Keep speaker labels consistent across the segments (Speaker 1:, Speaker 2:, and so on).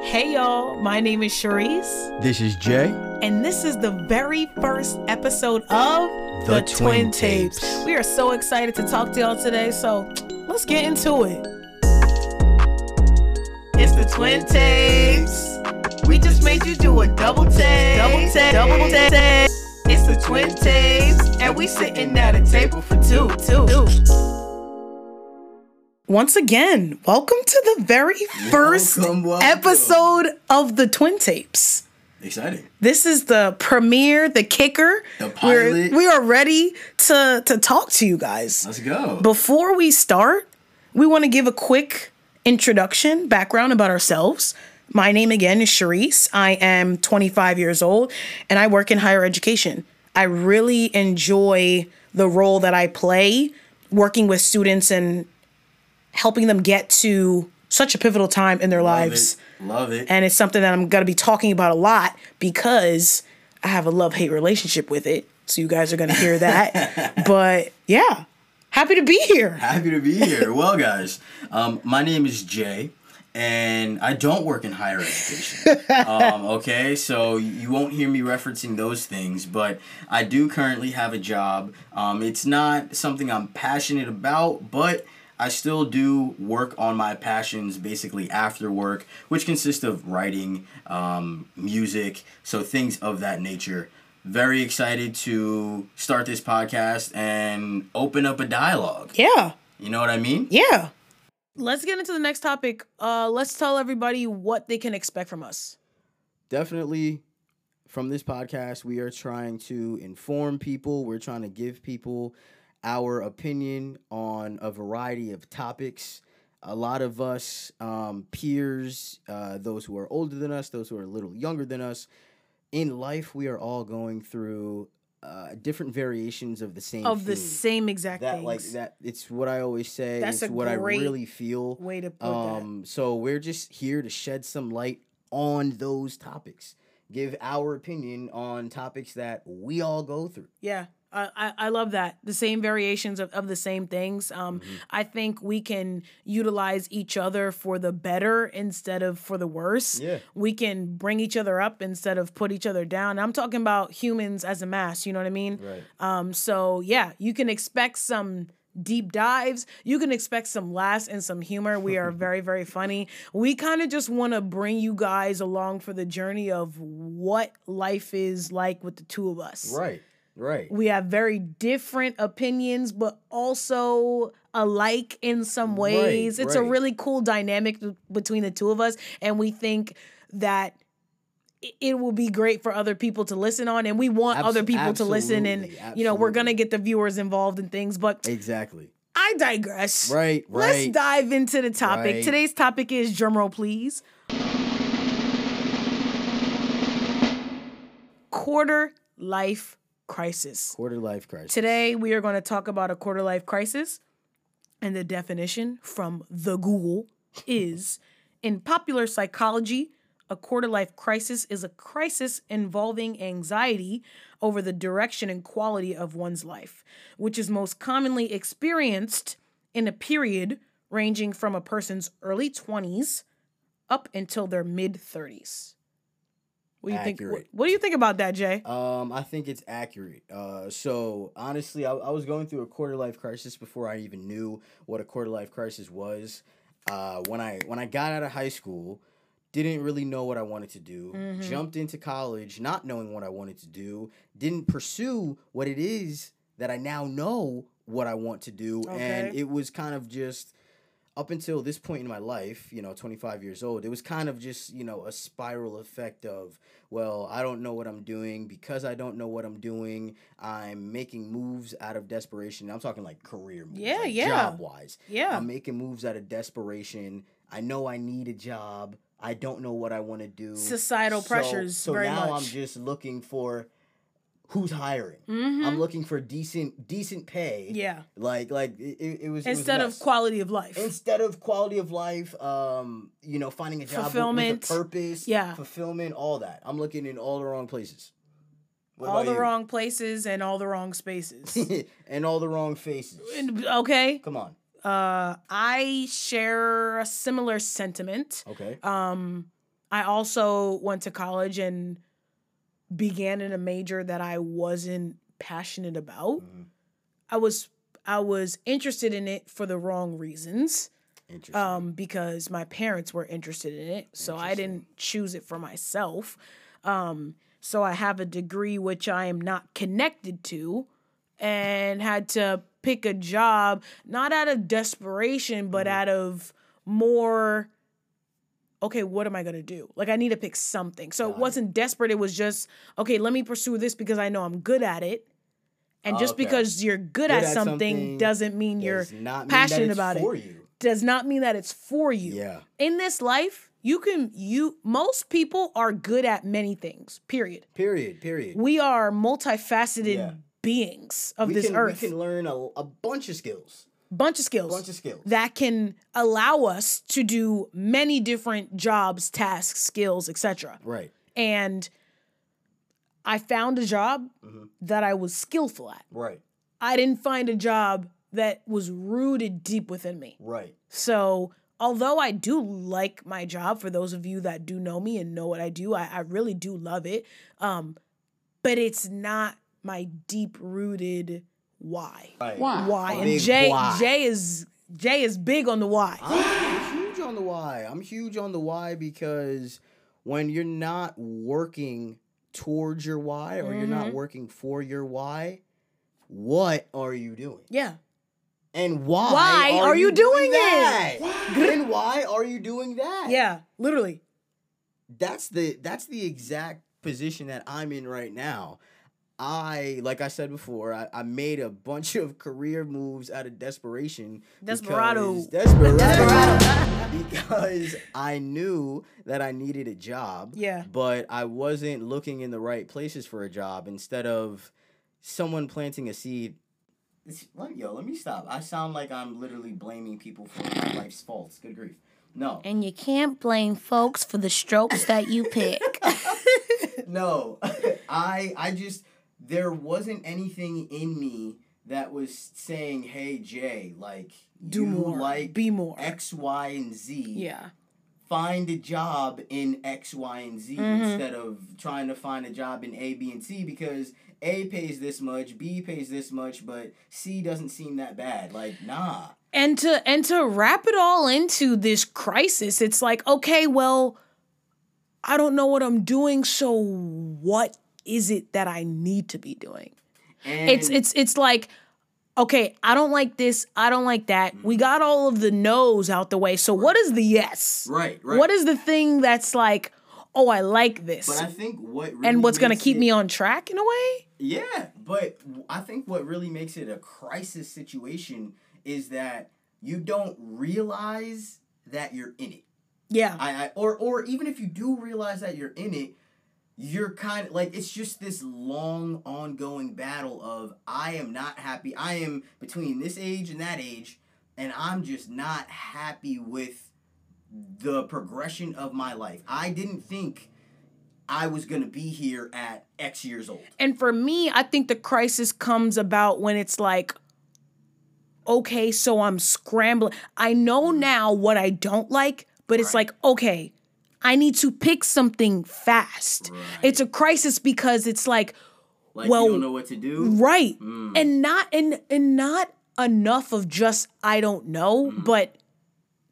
Speaker 1: Hey y'all, my name is Cherise,
Speaker 2: This is Jay.
Speaker 1: and this is the very first episode of
Speaker 2: The Twin Tapes.
Speaker 1: We are so excited to talk to y'all today, so let's get into it. It's the Twin Tapes. We just made you do a double take. Double take. Double take. It's the Twin Tapes, and we sitting at a table for two. Two. Once again, welcome to the very first
Speaker 2: Welcome, welcome.
Speaker 1: episode of the Twin Tapes.
Speaker 2: Exciting.
Speaker 1: This is the premiere, the kicker.
Speaker 2: The
Speaker 1: We're,
Speaker 2: pilot.
Speaker 1: we are ready to to talk to you guys.
Speaker 2: Let's go.
Speaker 1: Before we start, we want to give a quick introduction, background about ourselves. My name again is Sharice. I am 25 years old and I work in higher education. I really enjoy the role that I play working with students and helping them get to such a pivotal time in their
Speaker 2: Love
Speaker 1: lives
Speaker 2: it. Love it.
Speaker 1: and it's something that I'm gonna be talking about a lot because I have a love hate relationship with it. So you guys are gonna hear that. but yeah, happy to be here.
Speaker 2: Happy to be here. well, guys, um, my name is Jay, and I don't work in higher education. um, okay, so you won't hear me referencing those things, but I do currently have a job. Um, it's not something I'm passionate about, but I still do work on my passions basically after work, which consist of writing, um, music, so things of that nature. Very excited to start this podcast and open up a dialogue.
Speaker 1: Yeah,
Speaker 2: You know what I mean?
Speaker 1: yeah. Let's get into the next topic. Uh, let's tell everybody what they can expect from us.
Speaker 2: Definitely from this podcast, we are trying to inform people, we're trying to give people our opinion on a variety of topics. A lot of us, um, peers, uh, those who are older than us, those who are a little younger than us, in life, we are all going through uh, different variations of the same
Speaker 1: Of the
Speaker 2: theme.
Speaker 1: same exact
Speaker 2: that
Speaker 1: things.
Speaker 2: like that it's what i always say
Speaker 1: That's
Speaker 2: it's
Speaker 1: a
Speaker 2: what i
Speaker 1: great
Speaker 2: really feel
Speaker 1: Way to put
Speaker 2: Um, so we're just here to shed some light on those topics, give our opinion on topics that we all go through.
Speaker 1: that. Yeah. I, I, I love that. The same variations of, of the same things. Um,
Speaker 2: Mm-hmm.
Speaker 1: I think we can utilize each other for the better instead of for the worse.
Speaker 2: Yeah.
Speaker 1: we can bring each other up instead of put each other down. I'm talking about humans as a mass, you know what I mean?
Speaker 2: Right.
Speaker 1: Um, so yeah, you can expect some deep dives. You can expect some laughs and some humor. We are very, very funny. We kind of just want to bring you guys along for the journey of what life is like with the two of us.
Speaker 2: Right. Right.
Speaker 1: We have very different opinions, but also alike in some ways. it's a
Speaker 2: right.
Speaker 1: really cool dynamic th- between the two of us, and we think that i- it will be great for other people to listen on, and we want
Speaker 2: Abs-
Speaker 1: other people to listen. And
Speaker 2: absolutely,
Speaker 1: you know, we're gonna
Speaker 2: absolutely.
Speaker 1: get the viewers involved in things, but
Speaker 2: Exactly.
Speaker 1: I digress.
Speaker 2: Right.
Speaker 1: Let's
Speaker 2: Right.
Speaker 1: dive into the topic.
Speaker 2: Right.
Speaker 1: Today's topic is drumroll, please. Quarter life crisis.
Speaker 2: Quarter life crisis.
Speaker 1: Today, we are going to talk about a quarter life crisis. And the definition from the Google is in popular psychology, a quarter life crisis is a crisis involving anxiety over the direction and quality of one's life, which is most commonly experienced in a period ranging from a person's early 20s up until their mid 30s. What do you think? What,
Speaker 2: Accurate.
Speaker 1: what do you think about that, Jay?
Speaker 2: Um, I think it's accurate. Uh, so honestly, I, I was going through a quarter life crisis before I even knew what a quarter life crisis was. Uh, when I when I got out of high school, didn't really know what I wanted to do. Jumped into college not knowing what I wanted to do. Didn't pursue what it is that I now know what I want to do, and
Speaker 1: Okay.
Speaker 2: it was kind of just up until this point in my life, you know, 25 years old, it was kind of just, you know, a spiral effect of, well, I don't know what I'm doing. Because I don't know what I'm doing, I'm making moves out of desperation. I'm talking like career moves.
Speaker 1: Yeah, yeah.
Speaker 2: Job wise.
Speaker 1: Yeah.
Speaker 2: I'm making moves out of desperation. I know I need a job. I don't know what I want to do.
Speaker 1: Societal
Speaker 2: So-
Speaker 1: pressures,
Speaker 2: So
Speaker 1: very
Speaker 2: now
Speaker 1: much.
Speaker 2: I'm just looking for who's hiring.
Speaker 1: Mhm.
Speaker 2: I'm looking for decent decent pay.
Speaker 1: yeah.
Speaker 2: Like like it, it it was it was
Speaker 1: instead of
Speaker 2: nuts
Speaker 1: quality of life.
Speaker 2: instead of quality of life, um, you know, finding a job with-
Speaker 1: Fulfillment.
Speaker 2: with a purpose,
Speaker 1: Yeah.
Speaker 2: fulfillment, all that. I'm looking in all the wrong places, What
Speaker 1: all
Speaker 2: about
Speaker 1: the
Speaker 2: you?
Speaker 1: wrong places and all the wrong spaces.
Speaker 2: and all the wrong faces.
Speaker 1: And- okay.
Speaker 2: Come on,
Speaker 1: Uh, I share a similar sentiment.
Speaker 2: okay,
Speaker 1: Um, I also went to college and began in a major that I wasn't passionate about.
Speaker 2: Mm.
Speaker 1: I was I was interested in it for the wrong reasons
Speaker 2: Interesting.
Speaker 1: um, because my parents were interested in it. So I didn't choose it for myself. Um, so I have a degree which I am not connected to and had to pick a job, not out of desperation, but out of more, okay, what am I going to do? Like, I need to pick something. So it wasn't desperate. It was just, okay, let me pursue this because I know I'm good at it. And just
Speaker 2: Okay.
Speaker 1: because you're good, at,
Speaker 3: at
Speaker 1: something,
Speaker 3: something
Speaker 1: doesn't mean you're
Speaker 3: Does not mean that
Speaker 1: passionate
Speaker 3: it's
Speaker 1: about
Speaker 3: for
Speaker 1: it
Speaker 3: you.
Speaker 1: does not mean that it's for you.
Speaker 3: Yeah.
Speaker 1: In this life, you can you most people are good at many things. Period.
Speaker 3: Period. Period.
Speaker 1: We are multifaceted
Speaker 3: Yeah.
Speaker 1: beings of
Speaker 3: We
Speaker 1: this
Speaker 3: can,
Speaker 1: earth.
Speaker 3: we can learn a, a bunch of skills.
Speaker 1: bunch of skills.
Speaker 3: Bunch of skills.
Speaker 1: that can allow us to do many different jobs, tasks, skills, etc.
Speaker 3: Right.
Speaker 1: And I found a job
Speaker 2: Mm-hmm.
Speaker 1: that I was skillful at.
Speaker 3: Right.
Speaker 1: I didn't find a job that was rooted deep within me.
Speaker 3: Right.
Speaker 1: So, although I do like my job, for those of you that do know me and know what I do, I, I really do love it. Um, but it's not my deep rooted why.
Speaker 3: Right.
Speaker 1: Why? And
Speaker 3: Big
Speaker 1: Jay
Speaker 3: why.
Speaker 1: Jay is Jay is big on the why.
Speaker 3: I'm huge on the why. I'm huge on the why because when you're not working towards your why or you're
Speaker 1: Mm-hmm.
Speaker 3: not working for your why, what are you doing?
Speaker 1: Yeah.
Speaker 3: And why?
Speaker 1: Why are you doing it?
Speaker 3: that? and why are you doing that?
Speaker 1: Yeah. Literally.
Speaker 3: that's the that's the exact position that I'm in right now. I like I said before, I, I made a bunch of career moves out of desperation.
Speaker 1: Desperado.
Speaker 3: because- Desperado. desperado. because I knew that I needed a job.
Speaker 1: Yeah.
Speaker 3: But I wasn't looking in the right places for a job instead of someone planting a seed.
Speaker 2: It's- let- yo, let me stop. I sound like I'm literally blaming people for my life's faults. Good grief. No,
Speaker 4: And you can't blame folks for the strokes that you pick.
Speaker 2: no. I I just there wasn't anything in me that was saying, "Hey Jay, like
Speaker 1: Do
Speaker 2: you
Speaker 1: more.
Speaker 2: like
Speaker 1: Be more.
Speaker 2: X, Y, and Z.
Speaker 1: Yeah.
Speaker 2: Find a job in X, Y, and Z
Speaker 1: Mm-hmm.
Speaker 2: instead of trying to find a job in A, B, and C because." A pays this much, B pays this much, but C doesn't seem that bad. Like, nah.
Speaker 1: and to and to wrap it all into this crisis it's like okay well i don't know what i'm doing so what is it that i need to be doing
Speaker 2: And
Speaker 1: it's it's it's like okay i don't like this i don't like that
Speaker 2: Mm.
Speaker 1: we got all of the no's out the way so what is the yes
Speaker 2: right, right.
Speaker 1: what is the thing that's like oh i like this
Speaker 2: But I think what really
Speaker 1: and what's going to
Speaker 2: makes
Speaker 1: keep
Speaker 2: it-
Speaker 1: me on track in a way
Speaker 2: Yeah, but I think what really makes it a crisis situation is that you don't realize that you're in it.
Speaker 1: yeah
Speaker 2: I, I or or even if you do realize that you're in it, you're kind of like it's just this long ongoing battle of I am not happy. I am between this age and that age and I'm just not happy with the progression of my life. I didn't think I was going to be here at X years old.
Speaker 1: And for me, I think the crisis comes about when it's like, okay, so I'm scrambling. I know
Speaker 2: Mm-hmm.
Speaker 1: now what I don't like, but it's like, okay, I need to pick something fast. It's a crisis because it's like,
Speaker 2: Like
Speaker 1: Well,
Speaker 2: you don't know what to do.
Speaker 1: right,
Speaker 2: Mm.
Speaker 1: and not and and not enough of just I don't know,
Speaker 2: Mm-hmm.
Speaker 1: but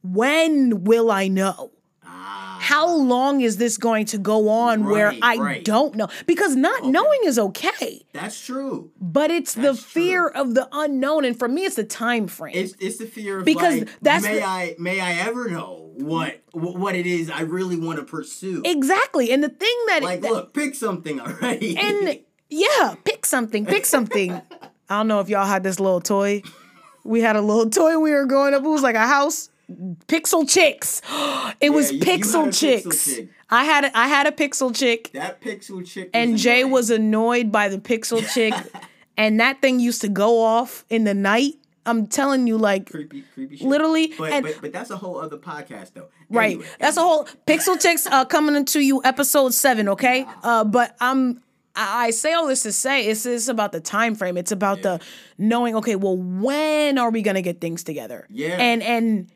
Speaker 1: when will I know? How long is this going to go on where
Speaker 2: Ah. Right,
Speaker 1: I
Speaker 2: right.
Speaker 1: don't know? Because not knowing is okay
Speaker 2: That's true.
Speaker 1: but it's the fear of the unknown and for me it's the time frame
Speaker 2: It's, it's the fear of
Speaker 1: Because
Speaker 2: like,
Speaker 1: that's
Speaker 2: may
Speaker 1: the-
Speaker 2: I may I ever know what wh- what it is I really want to pursue.
Speaker 1: exactly and the thing that
Speaker 2: like,
Speaker 1: that-
Speaker 2: look, pick something already.
Speaker 1: and yeah pick something pick something i don't know if y'all had this little toy we had a little toy we were growing up it was like a house pixel chicks it was
Speaker 2: you- you had a
Speaker 1: pixel
Speaker 2: Pixel
Speaker 1: chicks
Speaker 2: Chick.
Speaker 1: i had a, i had a pixel chick
Speaker 2: that pixel chick.
Speaker 1: and Jay
Speaker 2: annoying.
Speaker 1: was annoyed by the pixel chick and that thing used to go off in the night i'm telling you like
Speaker 2: creepy, creepy. Shit.
Speaker 1: literally
Speaker 2: but,
Speaker 1: and
Speaker 2: but but that's a whole other podcast though.
Speaker 1: Right.
Speaker 2: Anyway,
Speaker 1: That's a whole Pixel Chicks uh, coming into you episode seven, okay? Uh, but I'm I I say all this to say it's, it's about the time frame. It's about the knowing, okay, well, when are we gonna get things together?
Speaker 2: Yeah.
Speaker 1: And and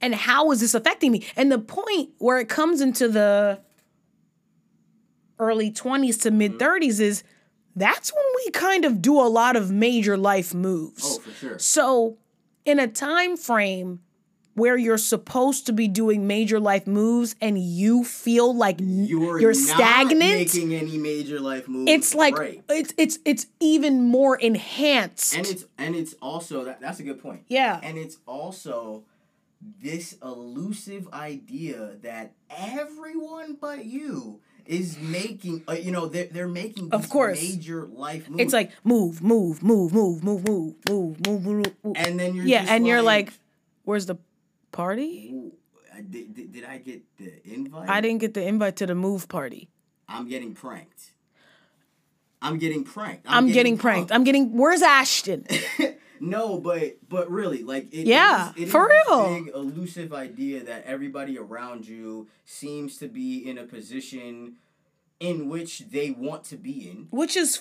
Speaker 1: and how is this affecting me? And the point where it comes into the early 20s to
Speaker 2: Mm-hmm.
Speaker 1: mid 30s is that's when we kind of do a lot of major life moves.
Speaker 2: Oh, for sure.
Speaker 1: So, in a time frame where you're supposed to be doing major life moves and you feel like n- you're,
Speaker 2: You're, not
Speaker 1: stagnant,
Speaker 2: Making any major life moves.
Speaker 1: it's like
Speaker 2: right.
Speaker 1: it's it's it's even more enhanced.
Speaker 2: and it's and it's also that that's a good point.
Speaker 1: yeah.
Speaker 2: And it's also this elusive idea that everyone but you is making. Uh, you know, they're they're making these
Speaker 1: Of course.
Speaker 2: major life moves.
Speaker 1: it's like move, move, move, move, move, move, move, move, move. move.
Speaker 2: and then you're
Speaker 1: yeah,
Speaker 2: just
Speaker 1: and you're like, where's the party?
Speaker 2: "Ooh, I Uh, did, did, did I get the invite?
Speaker 1: I didn't get the invite to the move party.
Speaker 2: I'm getting pranked. I'm getting pranked.
Speaker 1: I'm, getting, pranked. I'm getting. Where's Ashton?
Speaker 2: No, but but really, like it, it
Speaker 1: Yeah,
Speaker 2: is- it is
Speaker 1: for
Speaker 2: this
Speaker 1: real.
Speaker 2: big elusive idea that everybody around you seems to be in a position in which they want to be in,
Speaker 1: Which is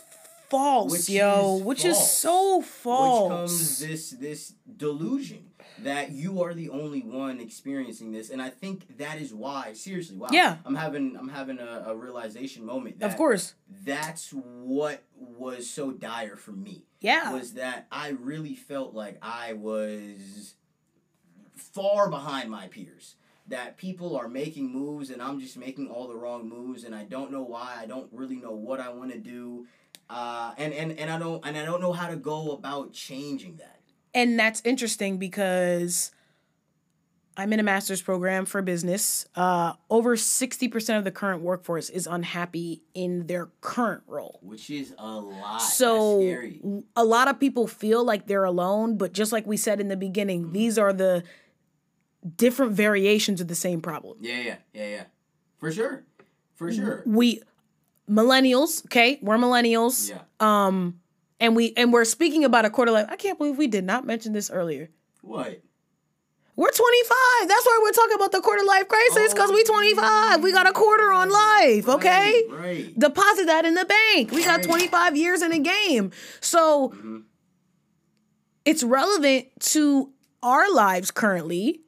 Speaker 1: false,
Speaker 2: Which
Speaker 1: yo.
Speaker 2: is
Speaker 1: which is
Speaker 2: false.
Speaker 1: so
Speaker 2: which comes
Speaker 1: false.
Speaker 2: this this delusion that you are the only one experiencing this, and I think that is why. Seriously, wow.
Speaker 1: Yeah.
Speaker 2: I'm having I'm having a, a realization moment. That
Speaker 1: of course.
Speaker 2: that's what was so dire for me.
Speaker 1: Yeah.
Speaker 2: Was that I really felt like I was far behind my peers. That people are making moves and I'm just making all the wrong moves and I don't know why. I don't really know what I want to do. Uh, and, and, and I don't and I don't know how to go about changing that.
Speaker 1: And that's interesting because I'm in a master's program for business. Uh, over 60% of the current workforce is unhappy in their current role.
Speaker 2: Which is a lot. That's
Speaker 1: So
Speaker 2: scary.
Speaker 1: w- a lot of people feel like they're alone, but just like we said in the beginning,
Speaker 2: Mm-hmm.
Speaker 1: these are the different variations of the same problem.
Speaker 2: Yeah, yeah, yeah, yeah. For sure. For
Speaker 1: Mm-hmm.
Speaker 2: sure.
Speaker 1: we millennials okay we're millennials
Speaker 2: Yeah.
Speaker 1: um and we and we're speaking about a quarter life i can't believe we did not mention this earlier
Speaker 2: What?
Speaker 1: we're 25 that's why we're talking about the quarter life crisis because we 25 we got a quarter on life okay
Speaker 2: Right. right.
Speaker 1: deposit that in the bank we got 25 years in the game so it's relevant to our lives currently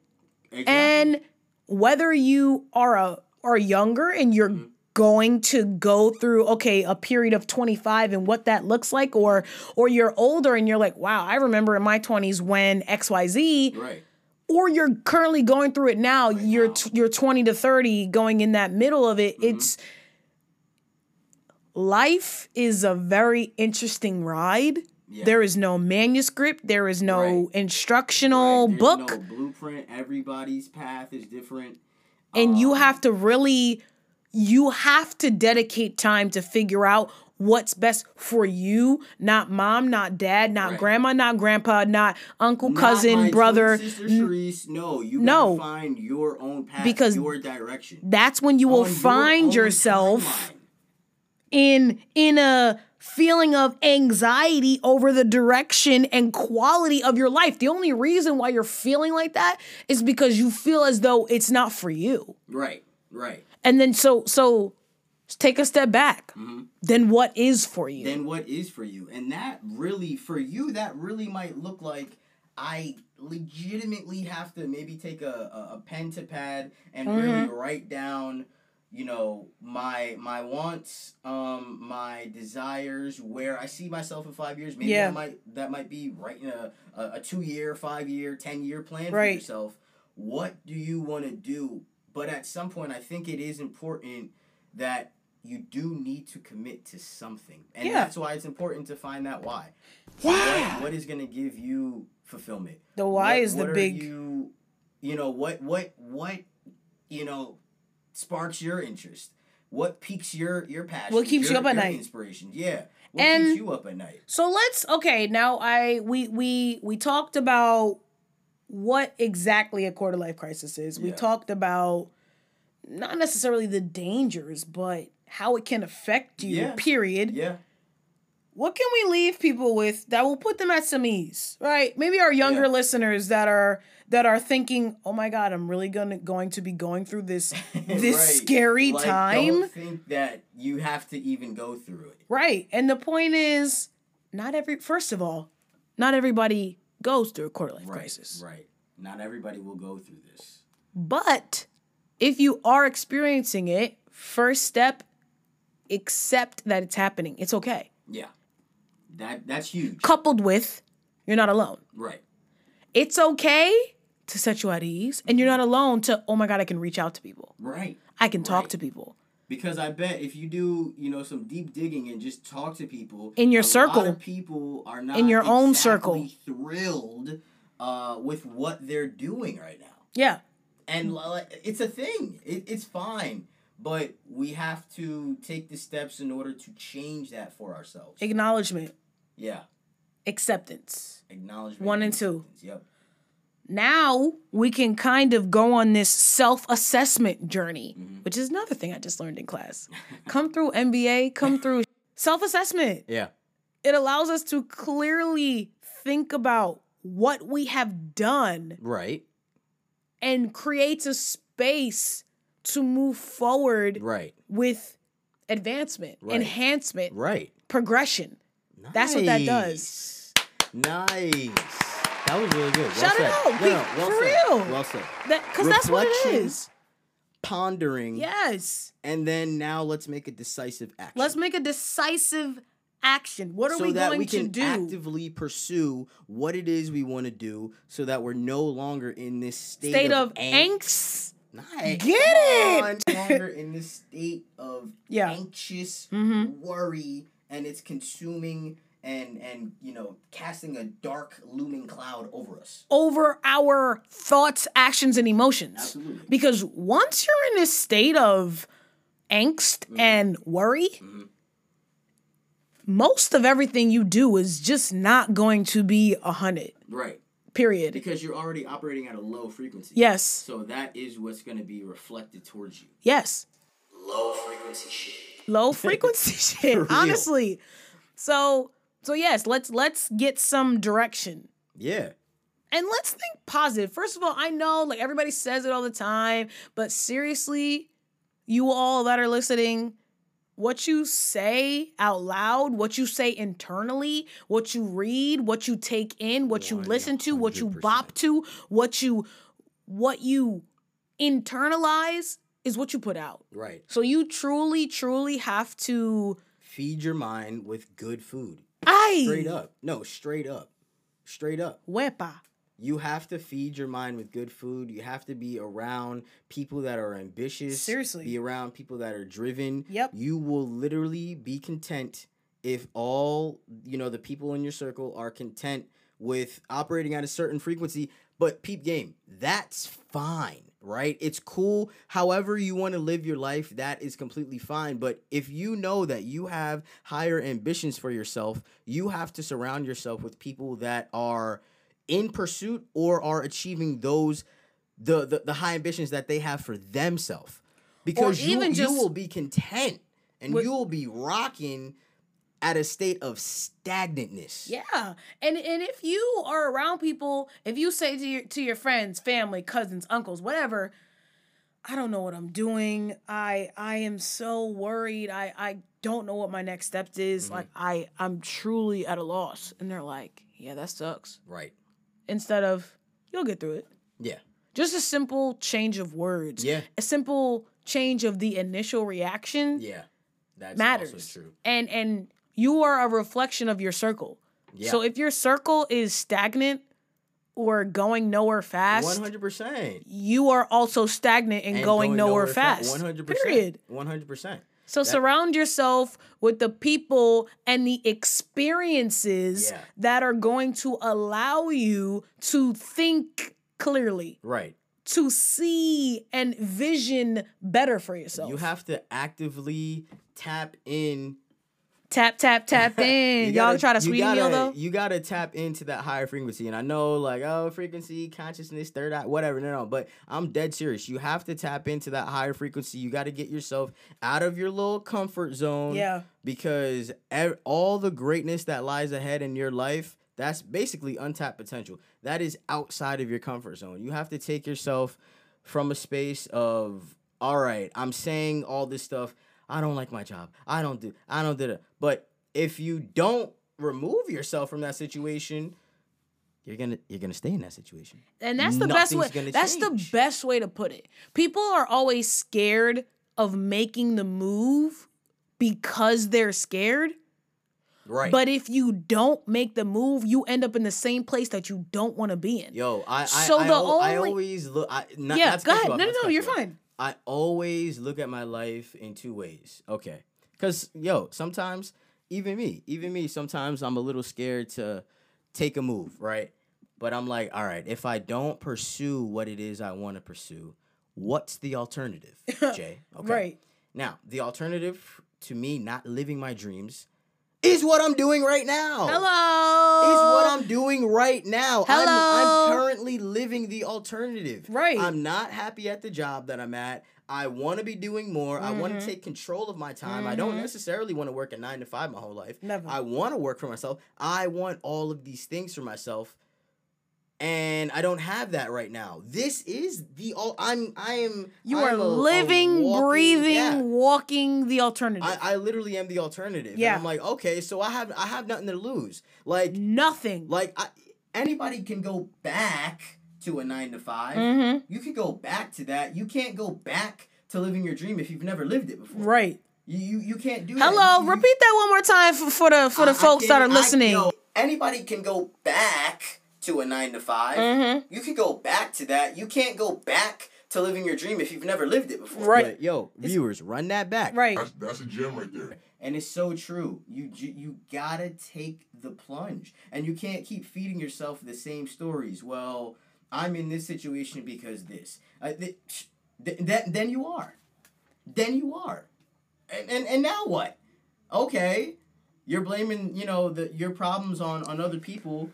Speaker 2: Exactly.
Speaker 1: and whether you are a are younger and you're going to go through okay a period of 25 and what that looks like or or you're older and you're like wow I remember in my 20s when xyz
Speaker 2: right.
Speaker 1: or you're currently going through it now you're t- you're 20 to 30 going in that middle of it
Speaker 2: Mm-hmm.
Speaker 1: it's life is a very interesting ride
Speaker 2: Yeah.
Speaker 1: there is no manuscript there is no
Speaker 2: Right.
Speaker 1: instructional
Speaker 2: There's
Speaker 1: book
Speaker 2: no blueprint. Everybody's path is different.
Speaker 1: and
Speaker 2: um,
Speaker 1: you have to really you have to dedicate time to figure out what's best for you not mom not dad not
Speaker 2: Right.
Speaker 1: grandma not grandpa not uncle
Speaker 2: Not
Speaker 1: cousin
Speaker 2: my twin
Speaker 1: brother
Speaker 2: sister Sharice. No, you
Speaker 1: No.
Speaker 2: gotta find your own path,
Speaker 1: Because
Speaker 2: your direction.
Speaker 1: that's when you will
Speaker 2: On your
Speaker 1: find
Speaker 2: own
Speaker 1: yourself
Speaker 2: timeline.
Speaker 1: in in a feeling of anxiety over the direction and quality of your life the only reason why you're feeling like that is because you feel as though it's not for you
Speaker 2: Right, right.
Speaker 1: and then so so take a step back then what is for you
Speaker 2: Mm-hmm. Then what is for you? And that really, for you, that really might look like I legitimately have to maybe take a, a, a pen to pad and
Speaker 1: Mm-hmm.
Speaker 2: really write down you know my my wants um my desires where i see myself in five years maybe
Speaker 1: Yeah.
Speaker 2: i might that might be writing a, a, a two year five year ten year plan
Speaker 1: Right.
Speaker 2: for yourself what do you want to do but at some point i think it is important that you do need to commit to something and
Speaker 1: Yeah.
Speaker 2: that's why it's important to find that why why what is going to give you fulfillment
Speaker 1: The why
Speaker 2: is
Speaker 1: is the big-
Speaker 2: you you know what what what you know sparks your interest what piques your your passion
Speaker 1: What keeps you
Speaker 2: your-
Speaker 1: up at
Speaker 2: your
Speaker 1: night?
Speaker 2: inspiration yeah what
Speaker 1: And-
Speaker 2: keeps you up at night
Speaker 1: So let's okay, now I we we we talked about what exactly a quarter life crisis is. We
Speaker 2: Yeah.
Speaker 1: talked about not necessarily the dangers, but how it can affect you.
Speaker 2: Yeah.
Speaker 1: Period.
Speaker 2: yeah
Speaker 1: What can we leave people with that will put them at some ease, right? Maybe our younger
Speaker 2: Yeah.
Speaker 1: listeners that are that are thinking, "Oh my god, I'm really going to going to be going through this this
Speaker 2: Right.
Speaker 1: scary
Speaker 2: Like,
Speaker 1: time."
Speaker 2: don't think that you have to even go through it
Speaker 1: Right. And the point is, not every, first of all, not everybody goes through a quarter life
Speaker 2: right
Speaker 1: crisis.
Speaker 2: right not everybody will go through this
Speaker 1: But if you are experiencing it, first step accept that it's happening. It's okay.
Speaker 5: Yeah. That that's huge.
Speaker 1: Coupled with, you're not alone.
Speaker 5: Right.
Speaker 1: It's okay to set you at ease, and you're not alone to, oh my God, I can reach out to people.
Speaker 5: Right.
Speaker 1: I can talk
Speaker 5: Right.
Speaker 1: to people.
Speaker 5: Because I bet if you do, you know, some deep digging and just talk to people
Speaker 1: In your
Speaker 5: a lot
Speaker 1: circle.
Speaker 5: of people are not
Speaker 1: In your own
Speaker 5: exactly thrilled uh, with what they're doing right now,
Speaker 1: Yeah. Mm-hmm.
Speaker 5: and like, it's a thing. It, it's fine, but we have to take the steps in order to change that for ourselves.
Speaker 1: Acknowledgement,
Speaker 5: yeah,
Speaker 1: acceptance.
Speaker 5: acknowledgement.
Speaker 1: One and two.
Speaker 5: acceptance. Yep.
Speaker 1: now we can kind of go on this self-assessment journey
Speaker 5: Mm-hmm.
Speaker 1: which is another thing i just learned in class come through mba come through self-assessment
Speaker 5: Yeah.
Speaker 1: it allows us to clearly think about what we have done
Speaker 5: Right.
Speaker 1: and creates a space to move forward
Speaker 5: Right.
Speaker 1: with advancement
Speaker 5: Right.
Speaker 1: enhancement
Speaker 5: Right.
Speaker 1: progression That's what that does.
Speaker 5: Nice. That was really good.
Speaker 1: Shout it said. out. No, We- no, well for said. real. Well
Speaker 5: said.
Speaker 1: because that's what it
Speaker 2: Reflection.
Speaker 1: is
Speaker 2: Pondering.
Speaker 1: yes
Speaker 2: And then now let's make a decisive action.
Speaker 1: let's make a decisive action what are
Speaker 2: so
Speaker 1: we
Speaker 2: that
Speaker 1: going
Speaker 2: we can
Speaker 1: to do
Speaker 2: actively pursue what it is we want to do so that we're no longer in this state,
Speaker 1: state of,
Speaker 2: ang-
Speaker 1: angst.
Speaker 2: Nice.
Speaker 1: Get
Speaker 5: I'm
Speaker 1: it?
Speaker 5: no longer in this state of
Speaker 1: Yeah. Mm-hmm.
Speaker 5: anxious worry, and it's consuming and and you know casting a dark looming cloud over us.
Speaker 1: Over our thoughts, actions, and emotions.
Speaker 5: Absolutely.
Speaker 1: Because once you're in this state of angst
Speaker 2: Mm-hmm.
Speaker 1: and worry, most of everything you do is just not going to be a hundred.
Speaker 5: Right,
Speaker 1: Period.
Speaker 5: because you're already operating at a low frequency.
Speaker 1: Yes.
Speaker 5: So that is what's going to be reflected towards you.
Speaker 1: Yes.
Speaker 5: Low frequency shit.
Speaker 1: Low frequency shit. Honestly. So so yes, let's let's get some direction.
Speaker 2: Yeah.
Speaker 1: And let's think positive. First of all, I know like everybody says it all the time, but seriously, you all that are listening, what you say out loud, what you say internally, what you read, what you take in, what
Speaker 2: Oh,
Speaker 1: you listen to, what you bop to, what you what you internalize is what you put out.
Speaker 2: Right.
Speaker 1: So you truly truly have to
Speaker 2: Feed your mind with good food. Straight
Speaker 1: I
Speaker 2: up. No, straight up. Straight up.
Speaker 1: wepa.
Speaker 2: You have to feed your mind with good food. You have to be around people that are ambitious.
Speaker 1: Seriously.
Speaker 2: Be around people that are driven.
Speaker 1: Yep.
Speaker 2: You will literally be content if all, you know, the people in your circle are content with operating at a certain frequency. But peep game, that's fine, right? It's cool. However, you want to live your life, that is completely fine. But if you know that you have higher ambitions for yourself, you have to surround yourself with people that are in pursuit or are achieving those the the, the high ambitions that they have for themselves because you,
Speaker 1: even
Speaker 2: you
Speaker 1: just-
Speaker 2: will be content and
Speaker 1: With-
Speaker 2: you will be rocking at a state of stagnantness
Speaker 1: Yeah, and and if you are around people, if you say to your to your friends, family, cousins, uncles, whatever, I don't know what I'm doing. I I am so worried. I I don't know what my next step is.
Speaker 2: Mm-hmm.
Speaker 1: Like I I'm truly at a loss. And they're like, yeah, that sucks.
Speaker 2: right
Speaker 1: Instead of you'll get through it.
Speaker 2: yeah
Speaker 1: Just a simple change of words.
Speaker 2: Yeah.
Speaker 1: A simple change of the initial reaction
Speaker 2: yeah that's
Speaker 1: matters. And and you are a reflection of your circle. So if your circle is stagnant or going nowhere fast,
Speaker 2: 100%
Speaker 1: you are also stagnant and, going, nowhere,
Speaker 2: fa-
Speaker 1: fast.
Speaker 2: 100%
Speaker 1: Period.
Speaker 2: 100%
Speaker 1: So surround yourself with the people and the experiences
Speaker 2: Yeah.
Speaker 1: that are going to allow you to think clearly,
Speaker 2: right
Speaker 1: to see and vision better for yourself.
Speaker 2: you have to actively tap in
Speaker 1: tap tap tap in. Y'all
Speaker 2: You gotta-
Speaker 1: try to
Speaker 2: you
Speaker 1: sweeten
Speaker 2: gotta,
Speaker 1: deal though.
Speaker 2: You gotta tap into that higher frequency, and I know like oh frequency, consciousness, third eye, whatever. No, no, but I'm dead serious. You have to tap into that higher frequency. You got to get yourself out of your little comfort zone.
Speaker 1: Yeah.
Speaker 2: Because ev- all the greatness that lies ahead in your life, that's basically untapped potential. That is outside of your comfort zone. You have to take yourself from a space of all right i'm saying all this stuff i don't like my job i don't do i don't do that but if you don't remove yourself from that situation you're gonna you're gonna stay in that situation
Speaker 1: and that's the best way
Speaker 2: Nothing's gonna
Speaker 1: that's the
Speaker 2: change.
Speaker 1: best way to put it people are always scared of making the move because they're scared.
Speaker 2: Right.
Speaker 1: But if you don't make the move, you end up in the same place that you don't want to be in.
Speaker 2: Yo, I I,
Speaker 1: So
Speaker 2: I,
Speaker 1: the
Speaker 2: al- I
Speaker 1: only-
Speaker 2: always look. I, not,
Speaker 1: yeah,
Speaker 2: not to
Speaker 1: go
Speaker 2: cut you
Speaker 1: ahead.
Speaker 2: off,
Speaker 1: no, no,
Speaker 2: not to
Speaker 1: no,
Speaker 2: cut
Speaker 1: you're
Speaker 2: you off.
Speaker 1: fine.
Speaker 2: I always look at my life in two ways. Okay. Cause yo, sometimes even me, even me, sometimes I'm a little scared to take a move, right? But I'm like, all right, if I don't pursue what it is I want to pursue, what's the alternative, Jay? Okay.
Speaker 1: Right.
Speaker 2: Now, the alternative to me not living my dreams is what I'm doing right now is what
Speaker 1: Hello.
Speaker 2: I'm doing right now. I'm,
Speaker 1: Hello?
Speaker 2: I'm currently living the alternative.
Speaker 1: Right.
Speaker 2: I'm not happy at the job that I'm at. I want to be doing more. I want
Speaker 1: Mm-hmm.
Speaker 2: to take control of my time. I don't necessarily want to work a nine to five my whole life.
Speaker 1: Never.
Speaker 2: I want to work for myself. I want all of these things for myself. And I don't have that right now. This is the all. I'm. I am.
Speaker 1: You
Speaker 2: I
Speaker 1: are
Speaker 2: am a- a
Speaker 1: living,
Speaker 2: walking-
Speaker 1: breathing,
Speaker 2: yeah.
Speaker 1: walking the alternative.
Speaker 2: I, I literally am the alternative.
Speaker 1: Yeah.
Speaker 2: And I'm like, okay, so I have I have nothing to lose. Like
Speaker 1: Nothing.
Speaker 2: like I, anybody can go back to a nine to 5
Speaker 1: Mm-hmm.
Speaker 2: You can go back to that. You can't go back to living your dream if you've never lived it before.
Speaker 1: right.
Speaker 2: You you, you can't do that.
Speaker 1: Hello.
Speaker 2: You-
Speaker 1: Repeat that one more time for, for the for the
Speaker 2: I- I
Speaker 1: folks that
Speaker 2: can-
Speaker 1: are
Speaker 2: I-
Speaker 1: listening.
Speaker 2: yo, anybody can go back to a nine to 5
Speaker 1: Mm-hmm.
Speaker 2: You can go back to that. You can't go back to living your dream if you've never lived it before.
Speaker 1: Right.
Speaker 2: But, yo, viewers, run that back.
Speaker 1: right.
Speaker 4: That's a gem right there.
Speaker 2: And it's so true. You ju- you gotta take the plunge, and you can't keep feeding yourself the same stories. Well, I'm in this situation because this. Uh, th- sh- th- th- then you are, then you are, and, and and now what? Okay, you're blaming you know the your problems on on other people,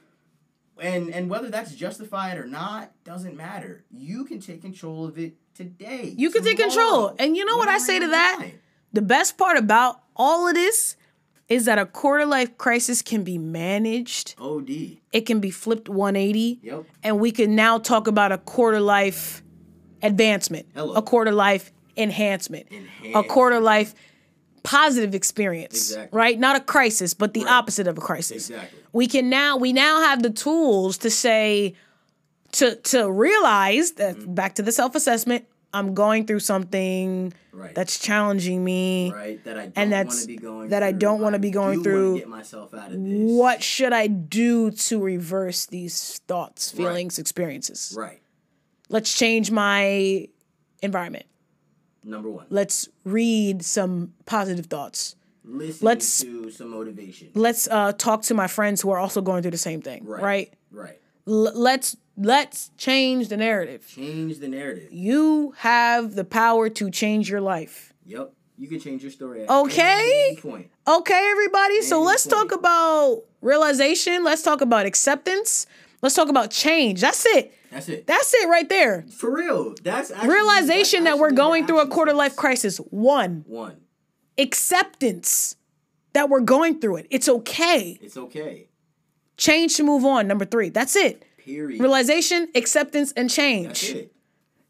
Speaker 2: and and whether that's justified or not doesn't matter. You can take control of it today.
Speaker 1: You can take
Speaker 2: tomorrow,
Speaker 1: control. And you know what I
Speaker 2: whenever
Speaker 1: say
Speaker 2: you
Speaker 1: to that?
Speaker 2: want.
Speaker 1: The best part about all of this is that a quarter life crisis can be managed.
Speaker 2: Od.
Speaker 1: It can be flipped 180.
Speaker 2: Yep.
Speaker 1: And we can now talk about a quarter life advancement,
Speaker 2: Hello.
Speaker 1: a quarter life enhancement, a quarter life positive experience,
Speaker 2: Exactly.
Speaker 1: right? Not a crisis, but the opposite of a crisis.
Speaker 2: Exactly.
Speaker 1: We can now we now have the tools to say to to realize that
Speaker 2: Mm-hmm.
Speaker 1: back to the self-assessment, I'm going through something
Speaker 2: Right.
Speaker 1: that's challenging me.
Speaker 2: right? That I don't
Speaker 1: And
Speaker 2: want
Speaker 1: that's-
Speaker 2: to be going
Speaker 1: that I don't wanna be going
Speaker 2: do wanna
Speaker 1: through.
Speaker 2: Get myself out of this.
Speaker 1: What should I do to reverse these thoughts, feelings, experiences?
Speaker 2: Right.
Speaker 1: Let's change my environment.
Speaker 2: Number one.
Speaker 1: Let's read some positive thoughts.
Speaker 2: Listen
Speaker 1: let's-
Speaker 2: to some motivation.
Speaker 1: Let's uh, talk to my friends who are also going through the same thing, right?
Speaker 2: Right. Right.
Speaker 1: L- let's let's change the narrative.
Speaker 2: Change the narrative.
Speaker 1: You have the power to change your life.
Speaker 2: Yep. You can change your story. At
Speaker 1: Okay.
Speaker 2: Any point.
Speaker 1: Okay, everybody. So
Speaker 2: Hey,
Speaker 1: let's
Speaker 2: point.
Speaker 1: talk about realization. Let's talk about acceptance. Let's talk about change. That's it.
Speaker 2: That's it.
Speaker 1: That's it right there.
Speaker 2: For real. That's actually,
Speaker 1: Realization
Speaker 2: that's
Speaker 1: that we're
Speaker 2: actually
Speaker 1: going
Speaker 2: the
Speaker 1: through a
Speaker 2: action
Speaker 1: quarter life
Speaker 2: steps.
Speaker 1: crisis. One,
Speaker 2: One.
Speaker 1: acceptance that we're going through it. It's okay.
Speaker 2: It's okay.
Speaker 1: Change to move on. Number three. That's it.
Speaker 2: Period.
Speaker 1: Realization, acceptance, and
Speaker 2: That's
Speaker 1: change.
Speaker 2: it.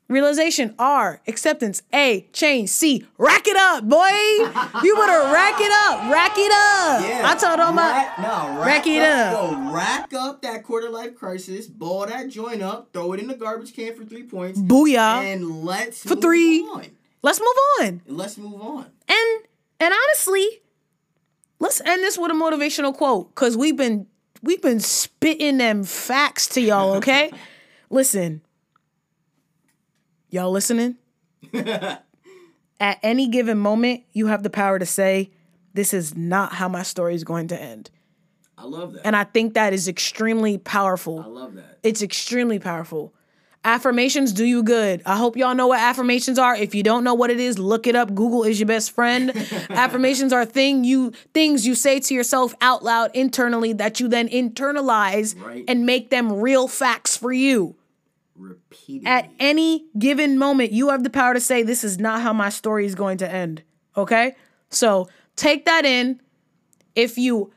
Speaker 1: Realization, R, acceptance, A, change, C, rack it up, boy. You better rack it up, rack it up. I told all my,
Speaker 2: Rack- no,
Speaker 1: rack it up.
Speaker 2: Yo, rack up that quarter life crisis, ball that joint up, throw it in the garbage can for three points,
Speaker 1: booyah.
Speaker 2: and let's
Speaker 1: Uh, For three.
Speaker 2: on.
Speaker 1: let's move on.
Speaker 2: Let's move on.
Speaker 1: And and honestly, let's end this with a motivational quote because we've been we've been spitting them facts to y'all. Okay, listen, y'all listening. At any given moment, you have the power to say, "This is not how my story is going to end,"
Speaker 2: I love that.
Speaker 1: and I think that is extremely powerful.
Speaker 2: I love that.
Speaker 1: It's extremely powerful. Affirmations do you good. I hope y'all know what affirmations are. If you don't know what it is, look it up. Google is your best friend. affirmations are thing you things you say to yourself out loud internally that you then internalize
Speaker 2: Right.
Speaker 1: and make them real facts for you.
Speaker 2: Repeatedly.
Speaker 1: At any given moment, you have the power to say this is not how my story is going to end. Okay? So, take that in. If you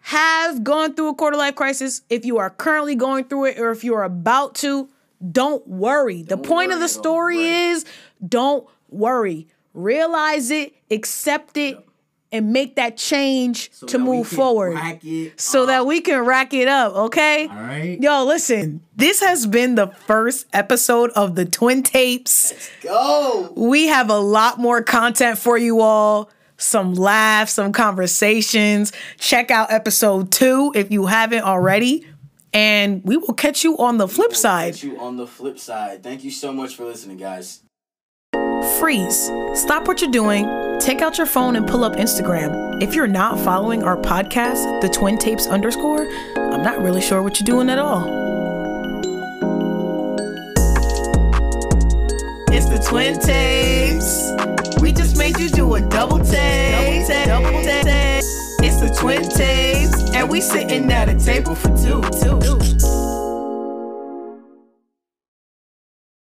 Speaker 1: have gone through a quarter life crisis, if you are currently going through it, or if you are about to, don't worry. the point of
Speaker 2: worry
Speaker 1: the
Speaker 2: at all,
Speaker 1: story
Speaker 2: right.
Speaker 1: is don't worry. Realize it, accept it, and make that change
Speaker 2: So
Speaker 1: to
Speaker 2: that we
Speaker 1: move
Speaker 2: can
Speaker 1: forward.
Speaker 2: rack it
Speaker 1: so
Speaker 2: up.
Speaker 1: that we can rack it up, okay?
Speaker 2: All right.
Speaker 1: Yo, listen, this has been the first episode of the Twin Tapes.
Speaker 2: Go.
Speaker 1: We have a lot more content for you all. some laughs, some conversations. Check out episode two if you haven't already. And we will catch you on the flip side.
Speaker 2: Catch you on the flip side. Thank you so much for listening, guys.
Speaker 1: Freeze. Stop what you're doing. Take out your phone and pull up Instagram. If you're not following our podcast, the Twin Tapes underscore, I'm not really sure what you're doing at all. It's the Twin Tapes. We just made you do a double take. Double take. It's the Twin Tapes, and we sitting at a table for two. Two.